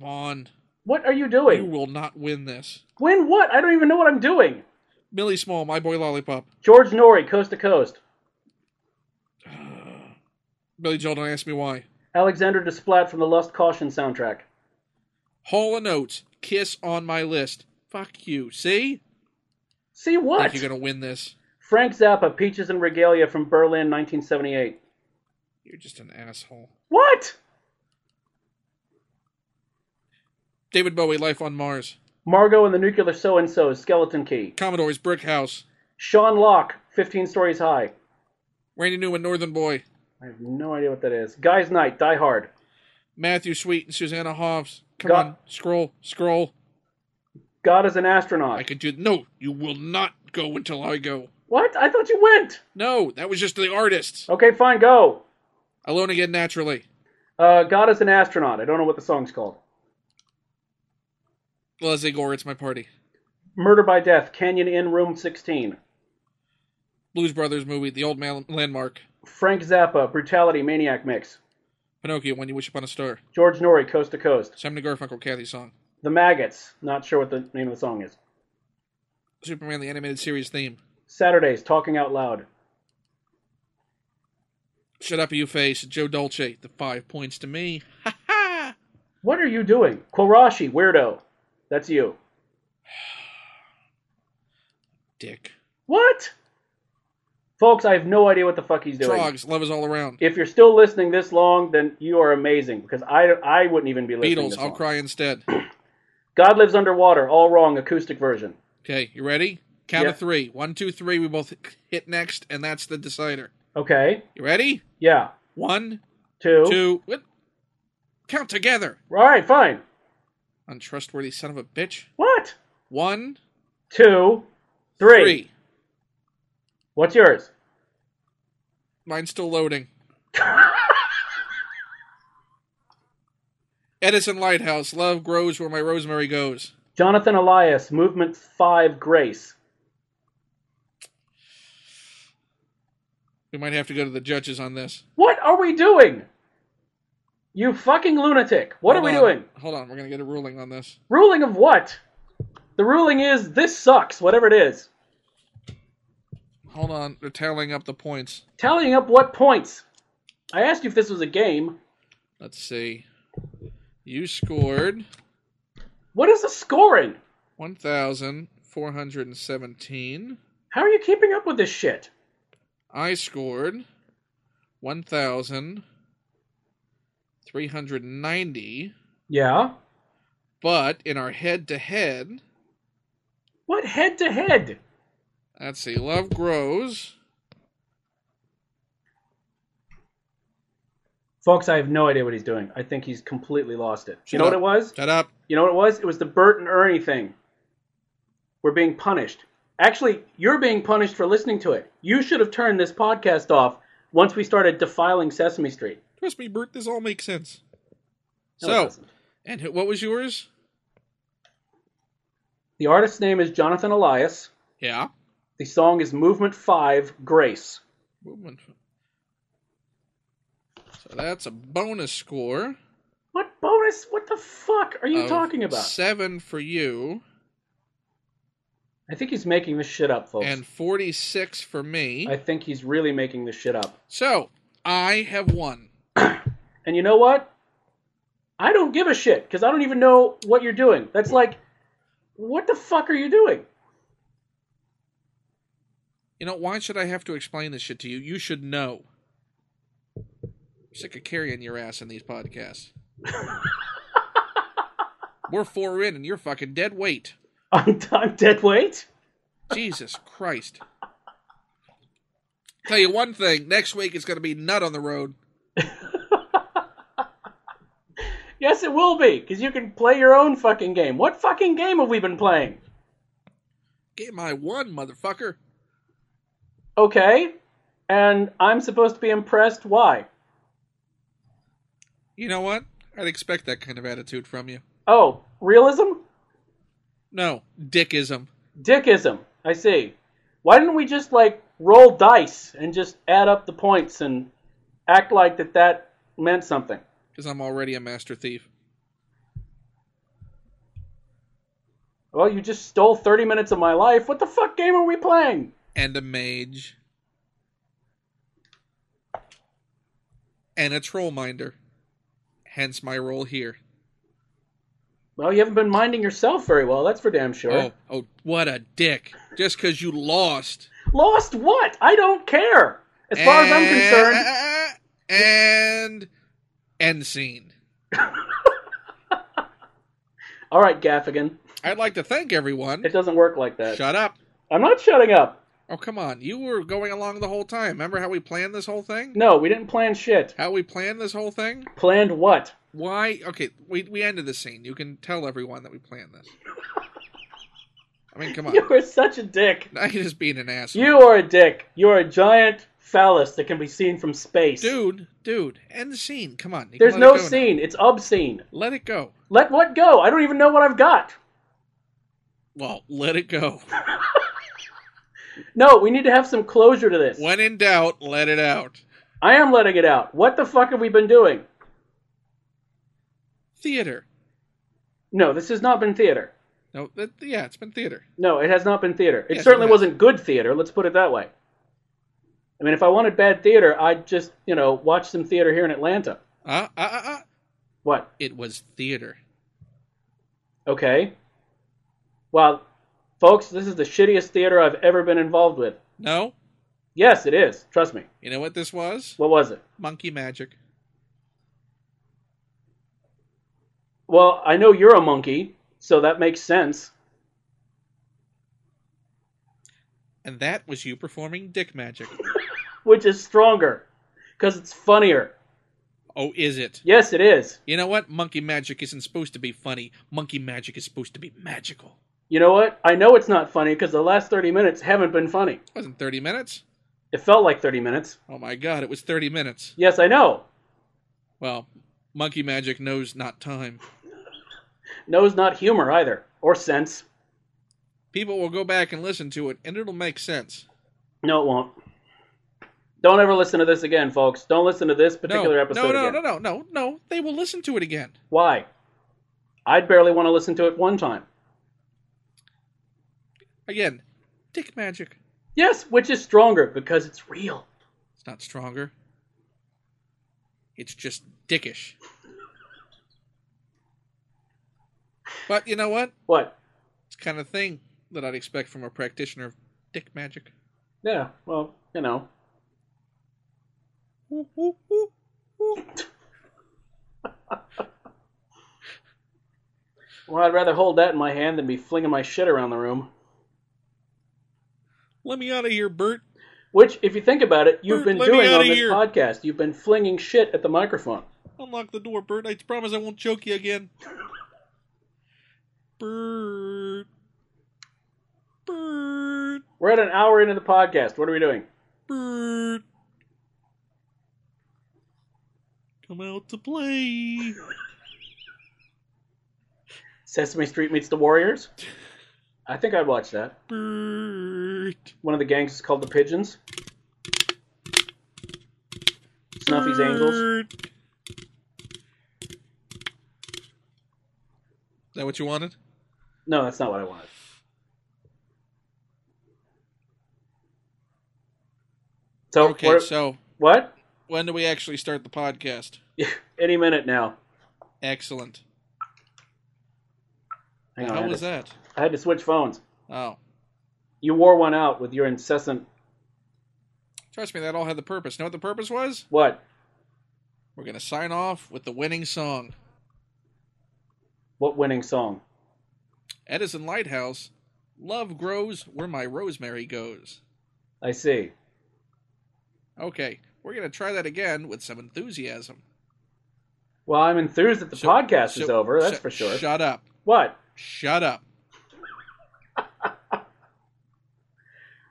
S3: on.
S2: What are you
S3: You
S2: doing?
S3: will not win this.
S2: When what? I don't even know what I'm doing.
S3: Millie Small, My Boy Lollipop.
S2: George Norrie, Coast to Coast.
S3: Billy Joel, Don't Ask Me Why.
S2: Alexander Desplat from the Lust Caution soundtrack.
S3: Hall and Oates, Kiss on My List. Fuck you. See?
S2: See
S3: I
S2: what?
S3: think you're going to win this.
S2: Frank Zappa, Peaches and Regalia from Berlin, 1978.
S3: You're just an asshole.
S2: What?
S3: David Bowie, Life on Mars.
S2: Margot and the Nuclear So and So's, Skeleton Key.
S3: Commodore's Brick House.
S2: Sean Locke, 15 Stories High.
S3: Randy Newman, Northern Boy.
S2: I have no idea what that is. Guy's Night, Die Hard.
S3: Matthew Sweet and Susanna Hoffs. Come
S2: Got-
S3: on, scroll, scroll.
S2: God is an Astronaut.
S3: I could do. No, you will not go until I go.
S2: What? I thought you went.
S3: No, that was just the artists.
S2: Okay, fine, go.
S3: Alone again, naturally.
S2: Uh, God is an Astronaut. I don't know what the song's called.
S3: Leslie Gore, it's my party.
S2: Murder by Death, Canyon Inn, Room 16.
S3: Blues Brothers movie, The Old Man- Landmark.
S2: Frank Zappa, Brutality, Maniac Mix.
S3: Pinocchio, When You Wish Upon a Star.
S2: George Norrie, Coast to Coast.
S3: Simon and Garfunkel, Kathy song.
S2: The Maggots. Not sure what the name of the song is.
S3: Superman, the animated series theme.
S2: Saturdays, talking out loud.
S1: Shut up, you face. Joe Dolce. The five points to me. Ha ha!
S2: What are you doing? Quarashi, weirdo. That's you.
S1: Dick.
S2: What? Folks, I have no idea what the fuck he's doing.
S1: Trogs. Love is all around.
S2: If you're still listening this long, then you are amazing because I, I wouldn't even be listening.
S1: Beatles.
S2: this
S1: I'll
S2: long.
S1: cry instead.
S2: God lives underwater. All wrong. Acoustic version.
S1: Okay, you ready? Count
S2: Yeah.
S1: of three. One, two, three. We both hit next, and that's the decider.
S2: Okay.
S1: You ready?
S2: Yeah.
S1: One,
S2: Two.
S1: two. What? Count together.
S2: All right. Fine.
S1: Untrustworthy son of a bitch.
S2: What?
S1: One,
S2: Two. Three.
S1: three.
S2: What's yours?
S1: Mine's still loading. Edison Lighthouse. Love grows where my rosemary goes.
S2: Jonathan Elias, Movement Five, Grace.
S1: We might have to go to the judges on this.
S2: What are we doing? You fucking lunatic. What
S1: Hold
S2: are we
S1: on.
S2: doing?
S1: Hold on. We're going to get a ruling on this.
S2: Ruling of what? The ruling is this sucks, whatever it is.
S1: Hold on. They're tallying up the points.
S2: Tallying up what points? I asked you if this was a game.
S1: Let's see. You scored
S2: What is the scoring?
S1: 1,417.
S2: How are you keeping up with this shit?
S1: I scored 1,390.
S2: Yeah.
S1: But in our head to head,
S2: What head to head?
S1: let's see. Love grows.
S2: Folks, I have no idea what he's doing. I think he's completely lost it. You know
S1: Shut
S2: what it was?
S1: Shut up.
S2: You know what it was? It was the Bert and Ernie thing. We're being punished. Actually, you're being punished for listening to it. You should have turned this podcast off once we started defiling Sesame Street.
S1: Trust me, Bert, this all makes sense.
S2: No, it
S1: So,
S2: doesn't.
S1: and who- what was yours?
S2: the artist's name is Jonathan Elias.
S1: Yeah.
S2: The song is Movement 5 Grace.
S1: Movement. So that's a bonus score.
S2: What bonus? What the fuck are you
S1: of
S2: talking about?
S1: Seven for you.
S2: I think he's making this shit up, folks.
S1: and 46 for me.
S2: I think he's really making this shit up.
S1: So, I have won.
S2: And you know what? I don't give a shit because I don't even know what you're doing. That's like, what the fuck are you doing? *laughs*
S1: You know, why should I have to explain this shit to you? You should know. I'm sick of carrying your ass in these
S2: *laughs*
S1: podcasts. We're four in and you're fucking dead weight.
S2: I'm, I'm dead weight.
S1: Jesus Christ. Tell you one thing, next week it's going to be nut on the road.
S2: Yes, it will be because you can play your own fucking game. What fucking game have we been playing?
S1: Game I won, motherfucker.
S2: Okay, and I'm supposed to be impressed. Why?
S1: You know what? I'd expect that kind of attitude from you.
S2: Oh, realism,
S1: No, dickism.
S2: dickism. I see. Why didn't we just like roll dice and just add up the points and act like that that meant something?
S1: Because I'm already a master thief.
S2: Well, you just stole 30 minutes of my life. What the fuck game are we playing?
S1: and a mage and a troll minder hence my role here
S2: Well, you haven't been minding yourself very well, that's for damn sure.
S1: oh oh what a dick just because you lost
S2: Lost what? I don't care. As far as
S1: Eh,
S2: I'm
S1: and
S2: concerned,
S1: end scene eh.
S2: all right, Gaffigan.
S1: i'd like to thank everyone
S2: It doesn't work like that.
S1: shut up
S2: I'm not shutting up.
S1: oh come on you were going along the whole time remember how we planned this whole thing
S2: No, we didn't plan shit.
S1: how we planned this whole thing
S2: Planned what?
S1: Why? Okay, we we ended the scene. You can tell everyone that we planned this. I mean, come on.
S2: You are such a dick.
S1: Now you're just being an asshole,
S2: You are a dick. You are a giant phallus that can be seen from space.
S1: dude. Dude, end the scene. Come on. You can
S2: There's
S1: let
S2: no
S1: it go now.
S2: scene. It's obscene.
S1: Let it go.
S2: Let what go? I don't even know what I've got.
S1: Well, let it go.
S2: No, we need to have some closure to this.
S1: When in doubt, let it out.
S2: I am letting it out. What the fuck have we been doing?
S1: Theater.
S2: No, this has not been theater.
S1: No, but, yeah, it's been theater.
S2: No, it has not been theater. It
S1: Yes, it
S2: certainly
S1: has.
S2: wasn't good theater. Let's put it that way. I mean, if I wanted bad theater, I'd just you know watch some theater here in Atlanta.
S1: Ah, ah, ah, ah.
S2: What?
S1: It was theater.
S2: Okay. Well, folks, this is the shittiest theater I've ever been involved with.
S1: No,
S2: Yes, it is. Trust me.
S1: you know what this was?
S2: What was it?
S1: Monkey magic.
S2: Well, I know you're a monkey, so that makes sense.
S1: And that was you performing dick magic.
S2: Which is stronger, because it's funnier.
S1: Oh, is it?
S2: Yes, it is.
S1: You know what? Monkey magic isn't supposed to be funny. Monkey magic is supposed to be magical.
S2: You know what? I know it's not funny because the last 30 minutes haven't been funny.
S1: It wasn't 30 minutes.
S2: It felt like 30 minutes.
S1: Oh my god, it was 30 minutes.
S2: Yes, I know.
S1: Well, monkey magic knows not time.
S2: No is not humor either, or sense.
S1: People will go back and listen to it, and it'll make sense.
S2: No, it won't. Don't ever listen to this again, folks. Don't listen to this
S1: No,
S2: particular
S1: no,
S2: episode
S1: no, no,
S2: again.
S1: no, no, no, no. They will listen to it again.
S2: Why? I'd barely want to listen to it one time.
S1: Again, dick magic.
S2: Yes, which is stronger because it's real.
S1: It's not stronger. It's just dickish. But you know what?
S2: What?
S1: It's the kind of thing that I'd expect from a practitioner of dick magic.
S2: Yeah, well, you know.
S1: Woo, woo, woo, woo.
S2: Well, I'd rather hold that in my hand than be flinging my shit around the room.
S1: Let me out of here, Bert.
S2: Which, if you think about it, you've
S1: Bert,
S2: been
S1: let me
S2: doing
S1: outta
S2: on this
S1: here.
S2: podcast. You've been flinging shit at the microphone.
S1: Unlock the door, Bert. I promise I won't choke you again. Bert. Bert.
S2: We're at an hour into the podcast. What are we doing?
S1: Bert. Come out to play.
S2: Sesame Street meets the Warriors? I think I'd watch that.
S1: Bert.
S2: One of the gangs is called the Pigeons. Snuffy's Angels.
S1: Bert. Is that what you wanted?
S2: No, that's not what I wanted. So,
S1: Okay,
S2: what,
S1: so
S2: what? *laughs*
S1: when do we actually start the podcast?
S2: Any minute now.
S1: Excellent.
S2: Hang on. I
S1: How
S2: had
S1: was
S2: to-
S1: that?
S2: I had to switch phones.
S1: Oh.
S2: You wore one out with your incessant
S1: Trust me, that all had the purpose. Know what the purpose was?
S2: what?
S1: We're gonna sign off with the winning song.
S2: What winning song?
S1: Edison Lighthouse, Love Grows Where My Rosemary Goes.
S2: I see.
S1: Okay, we're gonna try that again with some enthusiasm.
S2: Well, I'm enthused that the
S1: So-
S2: podcast
S1: so-
S2: is over. That's
S1: so-
S2: for sure.
S1: Shut up.
S2: what?
S1: Shut up.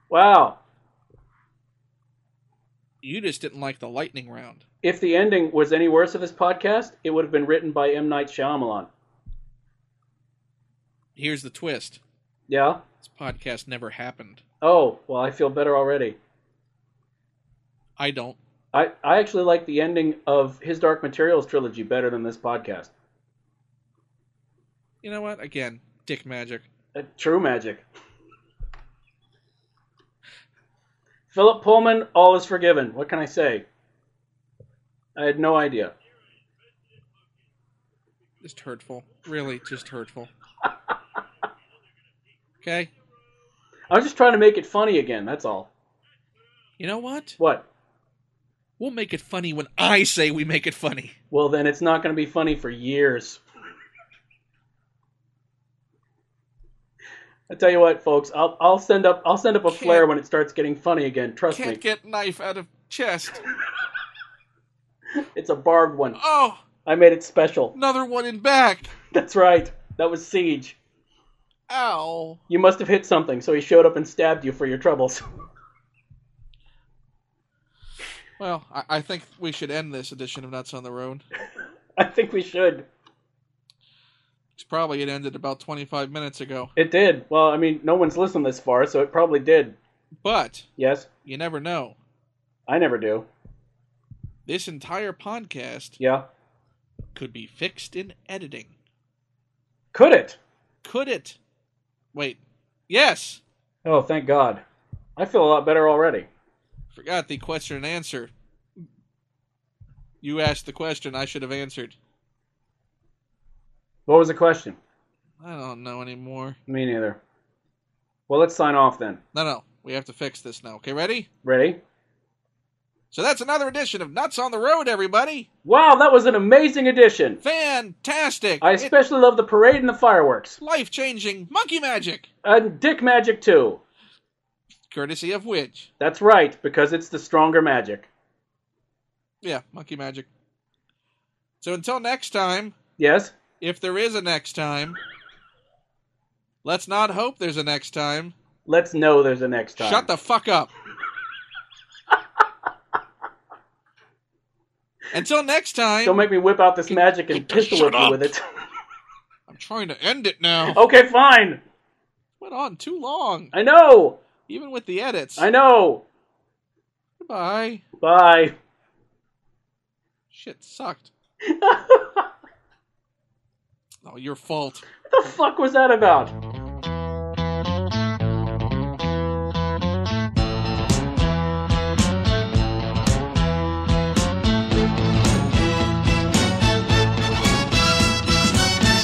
S2: Wow.
S1: You just didn't like the lightning round.
S2: If the ending was any worse of this podcast, it would have been written by M. Night Shyamalan.
S1: Here's the twist.
S2: Yeah?
S1: This podcast never happened.
S2: Oh, well, I feel better already.
S1: I don't.
S2: I, I actually like the ending of his Dark Materials trilogy better than this podcast.
S1: You know what? Again, dick magic.
S2: Uh, true magic. Philip Pullman, all is forgiven. What can I say? I had no idea.
S1: Just hurtful. Really, just hurtful. Okay.
S2: I was just trying to make it funny again, that's all.
S1: You know what?
S2: What?
S1: We'll make it funny when I say we make it funny.
S2: Well, then it's not going to be funny for years. I tell you what, folks, I'll, I'll send up I'll send up a
S1: Can't-
S2: flare when it starts getting funny again. Trust me,
S1: Can't get knife out of chest.
S2: it's a barbed one.
S1: Oh,
S2: I made it special.
S1: another one in back.
S2: *laughs* That's right. That was siege.
S1: Ow.
S2: You must have hit something, so he showed up and stabbed you for your troubles. *laughs*
S1: Well, I, I think we should end this edition of Nuts on the Road.
S2: I think we should.
S1: It's probably it ended about 25 minutes ago.
S2: It did. Well, I mean, no one's listened this far, so it probably did.
S1: But
S2: Yes,
S1: you never know.
S2: I never do.
S1: This entire podcast
S2: Yeah,
S1: could be fixed in editing.
S2: could it?
S1: Could it? Wait. Yes.
S2: Oh, thank God. I feel a lot better already.
S1: Forgot the question and answer. You asked the question I should have answered.
S2: What was the question?
S1: I don't know anymore.
S2: Me neither. Well, let's sign off then.
S1: No, no. We have to fix this now. Okay, ready?
S2: Ready?
S1: So that's another edition of Nuts on the Road, everybody.
S2: Wow, that was an amazing edition.
S1: Fantastic.
S2: I especially love the parade and the fireworks.
S1: Life changing monkey magic.
S2: And dick magic, too.
S1: Courtesy of which?
S2: That's right, because it's the stronger magic.
S1: Yeah, monkey magic. So until next time,
S2: Yes?
S1: if there is a next time, let's not hope there's a next time.
S2: Let's know there's a next time.
S1: Shut the fuck up. until next time,
S2: Don't make me whip out this magic and pistol whip
S1: shut
S2: you
S1: up.
S2: with it.
S1: I'm trying to end it now.
S2: *laughs* okay, fine.
S1: Went on too long,
S2: I know.
S1: even with the edits.
S2: I know.
S1: Goodbye.
S2: Bye. *laughs*
S1: Shit sucked.
S2: what
S1: Oh, your fault.
S2: the fuck was that about?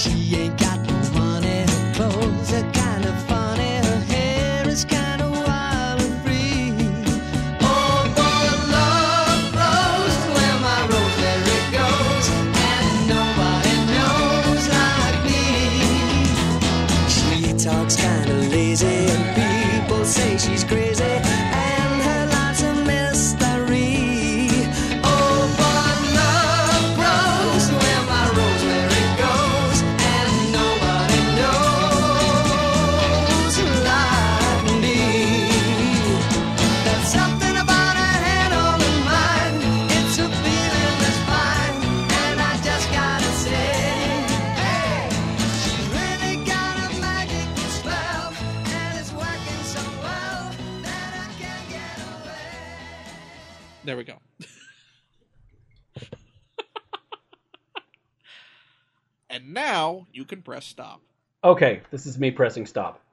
S4: She ain't got no money. Her clothes are kind of funny. Her hair is kind of wild and free. Oh, for love rose, where my rosemary goes, and nobody knows like me. She talks kind of lazy, and people say she's crazy, and her life's a mystery. Oh, but love grows where my rosemary goes, and nobody knows like me. There's something about a hand on the mind. It's a feeling that's fine, and I just gotta say, hey, she's really got a magic spell, and it's working so well that I can't get away.
S1: There we go. *laughs* and now you can press stop.
S2: Okay, this is me pressing stop.